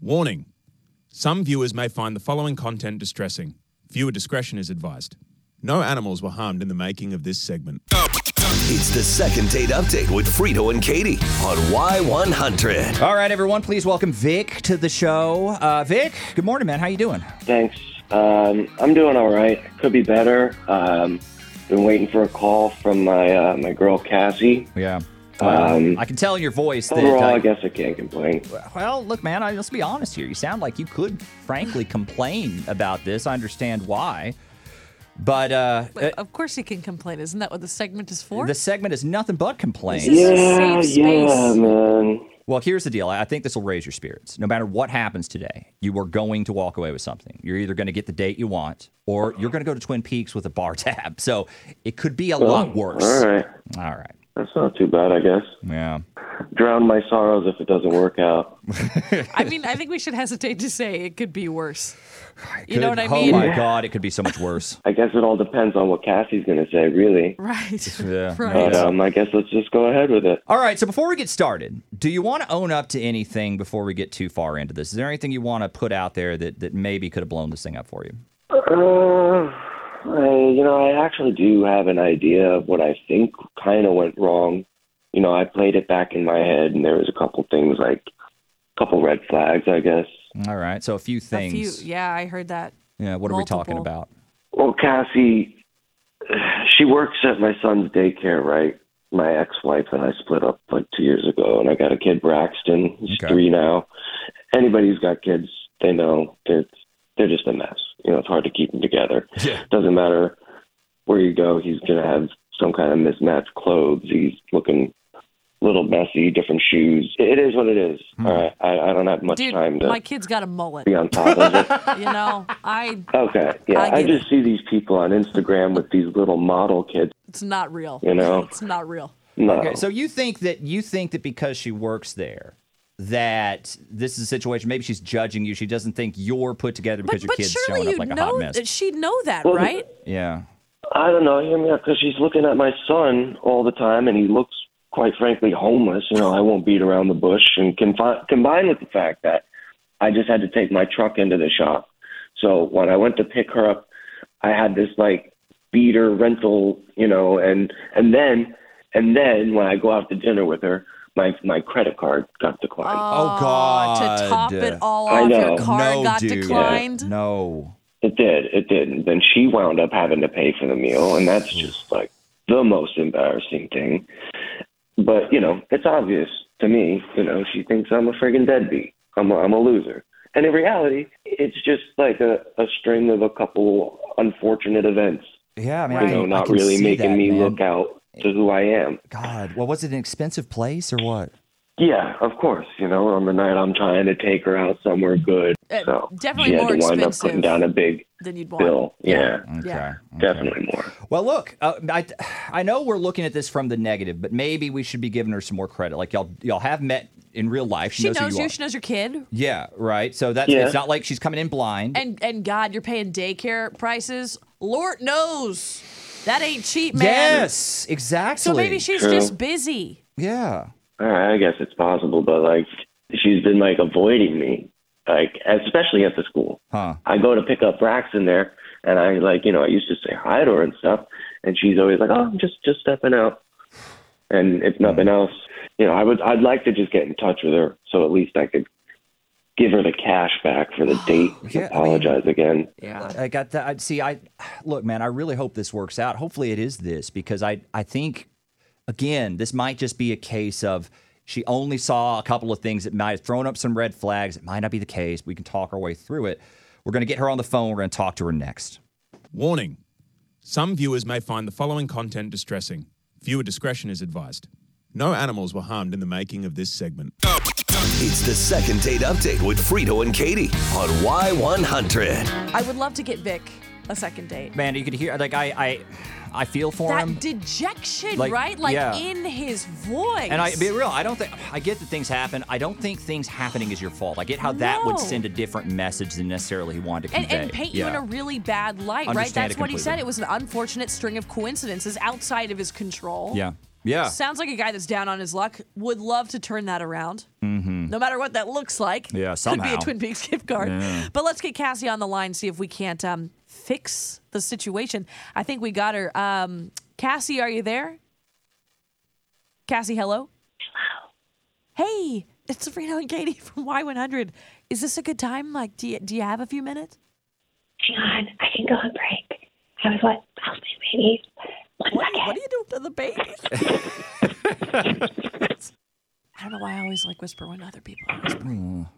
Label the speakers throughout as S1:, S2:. S1: Warning Some viewers may find the following content distressing. Viewer discretion is advised. No animals were harmed in the making of this segment.
S2: It's the second date update with Frito and Katie on Y100.
S3: All right, everyone, please welcome Vic to the show. Uh, Vic, good morning, man. How you doing?
S4: Thanks. Um, I'm doing all right. Could be better. Um, been waiting for a call from my uh, my girl Cassie.
S3: Yeah.
S4: Um,
S3: I can tell in your voice that.
S4: overall, I
S3: uh,
S4: guess I can't complain.
S3: well, look, man, I, let's be honest here. You sound like you could, frankly, complain about this. I understand why, but uh,
S5: Wait, of course he can complain. Isn't that what the segment is
S3: uh,
S5: for?
S3: this segment is nothing but complaints.
S5: This is a
S4: Yeah,
S5: safe
S4: yeah,
S5: space.
S4: man.
S3: Well, here's the deal. I I think this will raise your spirits. No matter what happens today, you are going to walk away with something. You're either going to get the date you want, or you're going to go to Twin Peaks with a bar tab. So it could be a lot worse.
S4: Oh, All right,
S3: All right.
S4: that's not too bad, I guess.
S3: Yeah.
S4: Drown my sorrows if it doesn't work out.
S5: I mean, I think we should hesitate to say it could be worse. You
S3: Could-
S5: know what I
S3: Oh
S5: mean?
S3: my God, it could be so much worse.
S4: I guess it all depends on what Cassie's going to say, really.
S5: Right.
S3: Yeah.
S5: right.
S4: But um, I guess let's just go ahead with it.
S3: All right. So before we get started, do you want to own up to anything before we get too far into this? Is there anything you want to put out there that, that maybe could have blown this thing up for you?
S4: Uh, I, you know, I actually do have an idea of what I think kind of went wrong. You know, I played it back in my head, and there was a couple things like a couple red flags, I guess.
S3: All right. So a few
S5: A
S3: things.
S5: few, yeah, I heard that.
S3: yeah. What are we talking
S5: multiple.
S3: about?
S4: Well, Cassie, she works at my son's daycare, right? My ex-wife and I split up like two years ago, and I got a kid, Braxton. He's
S3: Okay.
S4: three now. Anybody who's got kids, they know that they're just a mess. You know, it's hard to keep them together.
S3: Yeah.
S4: doesn't matter where you go, he's gonna have some kind of mismatched clothes. He's looking a little messy, different shoes. It is what it is.
S3: Hmm.
S4: All right, I, I don't have much
S5: Dude,
S4: time to
S5: my kid's got a mullet.
S4: be on top of it.
S5: You know, I.
S4: Okay, yeah,
S5: I
S4: I,
S5: get
S4: just see these people on Instagram with these little model kids.
S5: It's not real.
S4: You know.
S5: It's not real.
S4: No,
S3: Okay, so you think that you think that because she works there, that this is a situation. Maybe she's judging you. She doesn't think you're put together because
S5: But,
S3: your
S5: but
S3: kid's
S5: surely
S3: showing up
S5: you
S3: like a hot
S5: know
S3: mess.
S5: that she'd know that,
S4: Well,
S5: right?
S3: yeah.
S4: I don't know. Hear me out, because she's looking at my son all the time, and he looks, quite frankly, homeless. You know, I won't beat around the bush, and confi- combined with the fact that I just had to take my truck into the shop. So when I went to pick her up, I had this like beater rental, you know, and and then and then when I go out to dinner with her, my my credit card got declined.
S3: Oh,
S5: Aw, Uh, To top
S3: God.
S5: it all
S4: I
S5: off,
S4: know.
S5: your car
S3: no,
S5: got
S3: dude.
S5: declined.
S3: No.
S4: It did. It did. And then she wound up having to pay for the meal, and
S3: Hmm.
S4: that's just like the most embarrassing thing. But you know, it's obvious to me. You know, she thinks I'm a friggin' deadbeat. I'm a, I'm a loser. And in reality, it's just like a, a string of a couple unfortunate events.
S3: Yeah, man.
S4: You
S3: I
S4: know,
S3: can- I
S4: not
S3: can
S4: really
S3: see
S4: making
S3: that,
S4: me
S3: man.
S4: look out to who I am.
S3: God, well, was it an expensive place or what?
S4: Yeah, of course. You know, on the night I'm trying to take her out somewhere good,
S5: Uh,
S4: so
S5: definitely
S4: she had
S5: more
S4: to wind up
S5: expensive
S4: putting down a big
S5: Then you'd want.
S4: bill. Yeah,
S3: Mm, Okay.
S5: Yeah.
S4: definitely more.
S3: Well, look, uh, I I know we're looking at this from the negative, but maybe we should be giving her some more credit. Like y'all y'all have met in real life. She,
S5: She
S3: knows,
S5: knows
S3: who you.
S5: you.
S3: are.
S5: She knows your kid.
S3: yeah, right. So that's
S4: Yeah.
S3: it's not like she's coming in blind.
S5: And and God, you're paying daycare prices. Lord knows that ain't cheap, man.
S3: yes, exactly.
S5: So maybe she's
S4: True.
S5: just busy.
S3: Yeah.
S4: All right, I guess it's possible, but like she's been like avoiding me, like especially at the school.
S3: Huh.
S4: I go to pick up Braxton there, and I like you know I used to say hi to her and stuff, and she's always like, oh, I'm just just stepping out, and if
S3: Hmm.
S4: nothing else, you know I would I'd like to just get in touch with her so at least I could give her the cash back for the date and
S3: Yeah, I mean-
S4: apologize again.
S3: Yeah, I got that. I see. I look, man. I really hope this works out. Hopefully, it is this because I I think again, this might just be a case of she only saw a couple of things that might have thrown up some red flags. It might not be the case. We can talk our way through it. We're gonna get her on the phone. We're gonna talk to her next.
S1: Warning Some viewers may find the following content distressing. Viewer discretion is advised. No animals were harmed in the making of this segment.
S2: It's the second date update with Frito and Katie on Y100.
S5: I would love to get Vic a second date.
S3: Man, you could hear like I I I feel for
S5: That
S3: him.
S5: dejection,
S3: Like,
S5: right? Like
S3: yeah.
S5: in his voice.
S3: And I be real, I don't think I get that things happen. I don't think things happening is your fault. I get how that would
S5: No.
S3: send a different message than necessarily he wanted to
S5: and,
S3: convey.
S5: and paint
S3: Yeah.
S5: you in a really bad light, right?
S3: Understand
S5: That's
S3: it
S5: what he said.
S3: completely.
S5: It was an unfortunate string of coincidences outside of his control.
S3: Yeah. Yeah.
S5: Sounds like a guy that's down on his luck. Would love to turn that around. Mm-hmm. No matter what that looks like.
S3: Yeah,
S5: Could be
S3: somehow.
S5: a Twin Peaks gift card. But let's get Cassie on the line, see if we can't um, fix the situation. I think we got her. Um, Cassie, are you there? Cassie, hello. Hello. Hey, it's Sabrina and Katie from Y100. Is this a good time? Like, do you, do you have a few minutes?
S6: Hang on, I can go on break. I was what? Oh, my baby. One
S5: What,
S6: second.
S5: what are you doing to the babies? I don't know why I always like whisper when other people are whispering.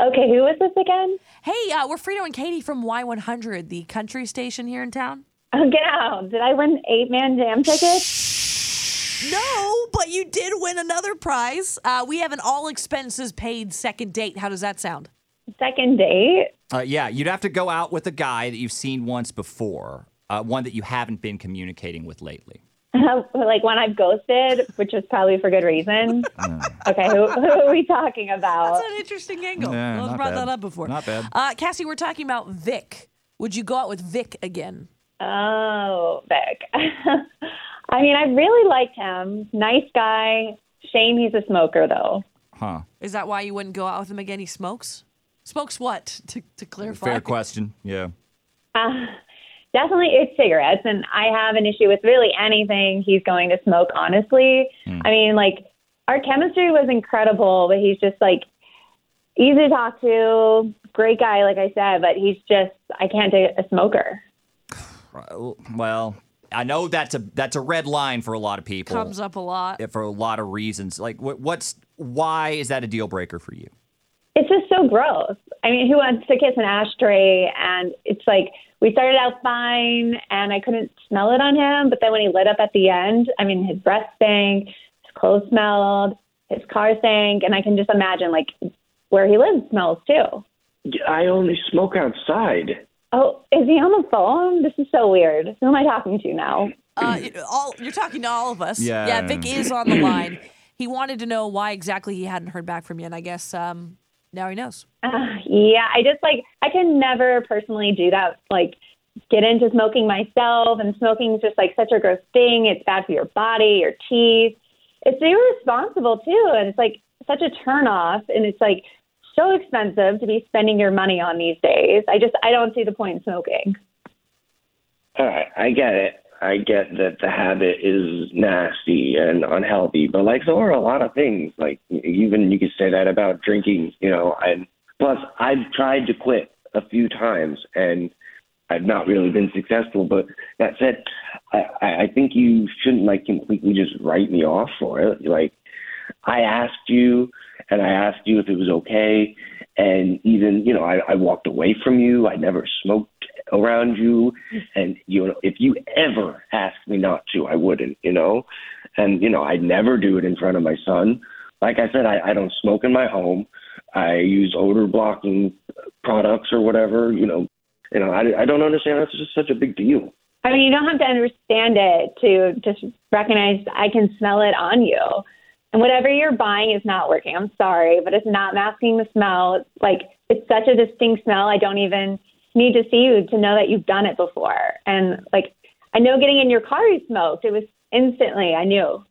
S6: Okay, who was this again?
S5: Hey, uh, we're Frito and Katie from Y100, the country station here in town.
S6: Oh, get out. Did I win eight man jam tickets?
S5: No, but you did win another prize. Uh, we have an all expenses paid second date. How does that sound?
S6: Second date?
S3: Uh, yeah, you'd have to go out with a guy that you've seen once before, uh, one that you haven't been communicating with lately.
S6: like one I've ghosted, which was probably for good reason. okay, who, who are we talking about?
S5: That's an interesting angle.
S3: Yeah,
S5: no one's
S3: not
S5: brought
S3: bad.
S5: that up before.
S3: Not bad.
S5: Uh, Cassie, we're talking about Vic. Would you go out with Vic again?
S6: Oh, Vic. I mean, I really liked him. Nice guy. Shame he's a smoker, though.
S3: Huh.
S5: Is that why you wouldn't go out with him again? He smokes? Smokes what? To, to clarify.
S3: Fair question. Yeah.
S6: Definitely, it's cigarettes, and I have an issue with really anything he's going to smoke. Honestly, I mean, like our chemistry was incredible, but he's just like easy to talk to, great guy, like I said, but he's just I can't date a smoker.
S3: Uh, Well, I know that's a that's a red line for a lot of people.
S5: Comes up a lot.
S3: for a lot of reasons. Like, what, what's why is that a deal breaker for you?
S6: It's just so gross. I mean, who wants to kiss an ashtray? And it's like we started out fine, and I couldn't smell it on him, but then when he lit up at the end, I mean, his breath stank, his clothes smelled, his car stank, and I can just imagine like where he lives smells too.
S4: I only smoke outside.
S6: Oh, is he on the phone? This is so weird. Who am I talking to now?
S5: Uh, you- all you're talking to all of us.
S3: Yeah.
S5: yeah. Vic is on the line. He wanted to know why exactly he hadn't heard back from you, and I guess um, now he knows.
S6: Yeah, I just like I can never personally do that. Like get into smoking myself, and smoking is just like such a gross thing. It's bad for your body, your teeth. It's irresponsible too, and it's like such a turnoff. And it's like so expensive to be spending your money on these days. I just I don't see the point in smoking.
S4: All right, I get it. I get that the habit is nasty and unhealthy, but like so are a lot of things. Like e-, even you could say that about drinking, you know. And plus, I've tried to quit a few times, and I've not really been successful. But that said, I- I, I think you shouldn't like completely just write me off for it. Like I asked you, and I asked you if it was okay, and even you know I, I walked away from you. I never smoked around you, and you know if you ever asked me not to, I wouldn't. You know, and you know I'd never do it in front of my son. Like I said, I, I don't smoke in my home. I use odor blocking products or whatever. You know, you know I, I don't understand. That's just such a big deal.
S6: I mean, you don't have to understand it to just recognize I can smell it on you. And whatever you're buying is not working. I'm sorry, but it's not masking the smell. It's like it's such a distinct smell. I don't even need to see you to know that you've done it before. And like I know getting in your car you smoked. It was instantly I knew.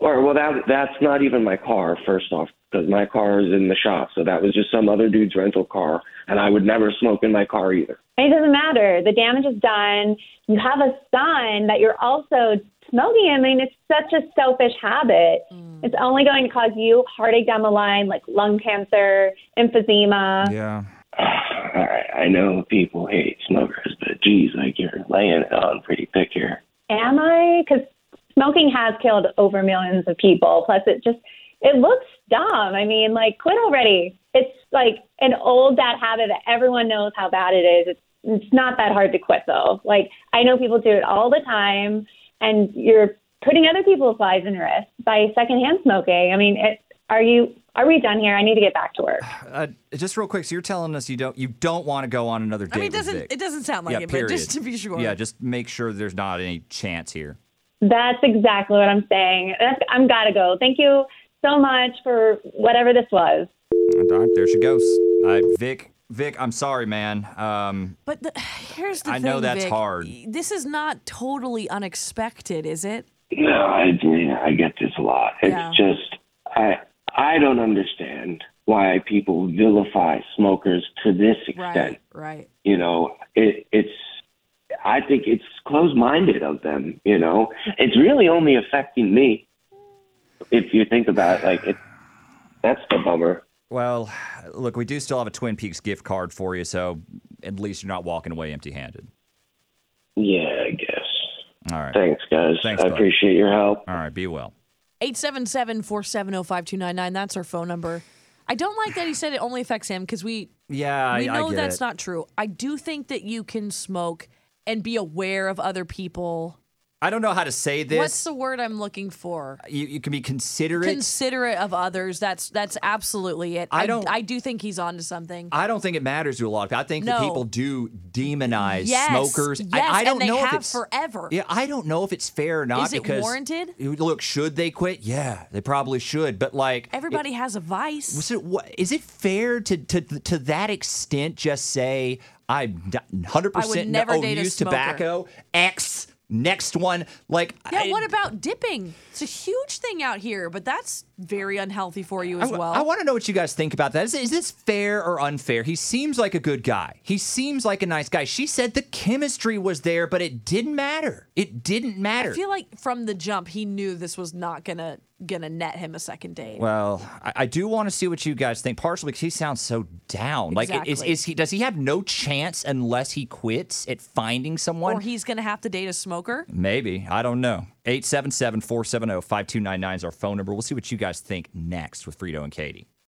S4: Or well, that that's not even my car. First off, because my car is in the shop, so that was just some other dude's rental car, and I would never smoke in my car either.
S6: And it doesn't matter. The damage is done. You have a son that you're also smoking. I mean, it's such a selfish habit. It's only going to cause you heartache down the line, like lung cancer, emphysema.
S3: Yeah.
S4: All right, I know people hate smokers, but geez, like you're laying it on pretty thick here.
S6: Am I? Because smoking has killed over millions of people. Plus, it just it looks dumb. I mean, like, quit already. It's like an old bad habit that everyone knows how bad it is. It's it's not that hard to quit though. Like, I know people do it all the time, and you're putting other people's lives in risk by secondhand smoking. I mean, it, are you? Are we done here? I need to get back to work.
S3: Uh, just real quick. So you're telling us you don't you don't want to go on another date
S5: I mean, it
S3: with
S5: doesn't
S3: Vic.
S5: it doesn't sound like
S3: yeah,
S5: it,
S3: period.
S5: but just to be sure.
S3: Yeah, just make sure there's not any chance here.
S6: That's exactly what I'm saying. That's, I'm gotta go. Thank you so much for whatever this was.
S3: All right, there she goes. Uh, Vic, Vic, I'm sorry, man. Um,
S5: but the, here's the
S3: I
S5: thing.
S3: know that's
S5: Vic.
S3: hard.
S5: This is not totally unexpected, is it?
S4: No, I mean, I get this a lot. It's
S5: Yeah.
S4: just I I don't understand why people vilify smokers to this extent.
S5: Right. Right.
S4: You know, it it's I think it's closed-minded of them, you know. It's really only affecting me if you think about it, like it that's the bummer.
S3: Well, look, we do still have a Twin Peaks gift card for you, so at least you're not walking away empty-handed.
S4: Yeah, I guess.
S3: All right.
S4: Thanks guys.
S3: Thanks,
S4: I
S3: bud.
S4: appreciate your help.
S3: All right. Be well.
S5: 877 470 5299. That's our phone number. I don't like that he said it only affects him because we,
S3: Yeah,
S5: we
S3: I,
S5: know
S3: I get
S5: that's
S3: it.
S5: not true. I do think that you can smoke and be aware of other people.
S3: I don't know how to say this.
S5: What's the word I'm looking for?
S3: you, you can be considerate.
S5: Considerate of others. That's that's absolutely it.
S3: I don't-
S5: I, do think he's onto something.
S3: I don't think it matters to a lot of people. I think that
S5: No.
S3: people do demonize
S5: Yes,
S3: smokers.
S5: Yes,
S3: I, I don't
S5: and they
S3: know
S5: have
S3: if it's
S5: forever.
S3: Yeah, I don't know if it's fair or not.
S5: Is it
S3: because
S5: warranted?
S3: You- Look, should they quit? Yeah, they probably should. But like,
S5: Everybody has a vice.
S3: was it what is it fair to to to that extent? Just say I'm hundred
S5: I would
S3: percent no
S5: never
S3: oh,
S5: date a
S3: use
S5: smoker."
S3: tobacco. X next one. Like,
S5: Yeah,
S3: I-
S5: what about dipping? It's a huge thing out here, but that's very unhealthy for you
S3: I
S5: as well.
S3: want to know what you guys think about that. Is, is this fair or unfair? He seems like a good guy. He seems like a nice guy. She said the chemistry was there, but it didn't matter. It didn't matter.
S5: I feel like from the jump he knew this was not gonna gonna net him a second date.
S3: well, I, I do want to see what you guys think, partially because he sounds so down. Like, is,
S5: Exactly.
S3: is he does he have no chance unless he quits at finding someone?
S5: or he's gonna have to date a smoker.
S3: Maybe. I don't know. 877 470 5299 is our phone number. We'll see what you guys think next with Frito and Katie.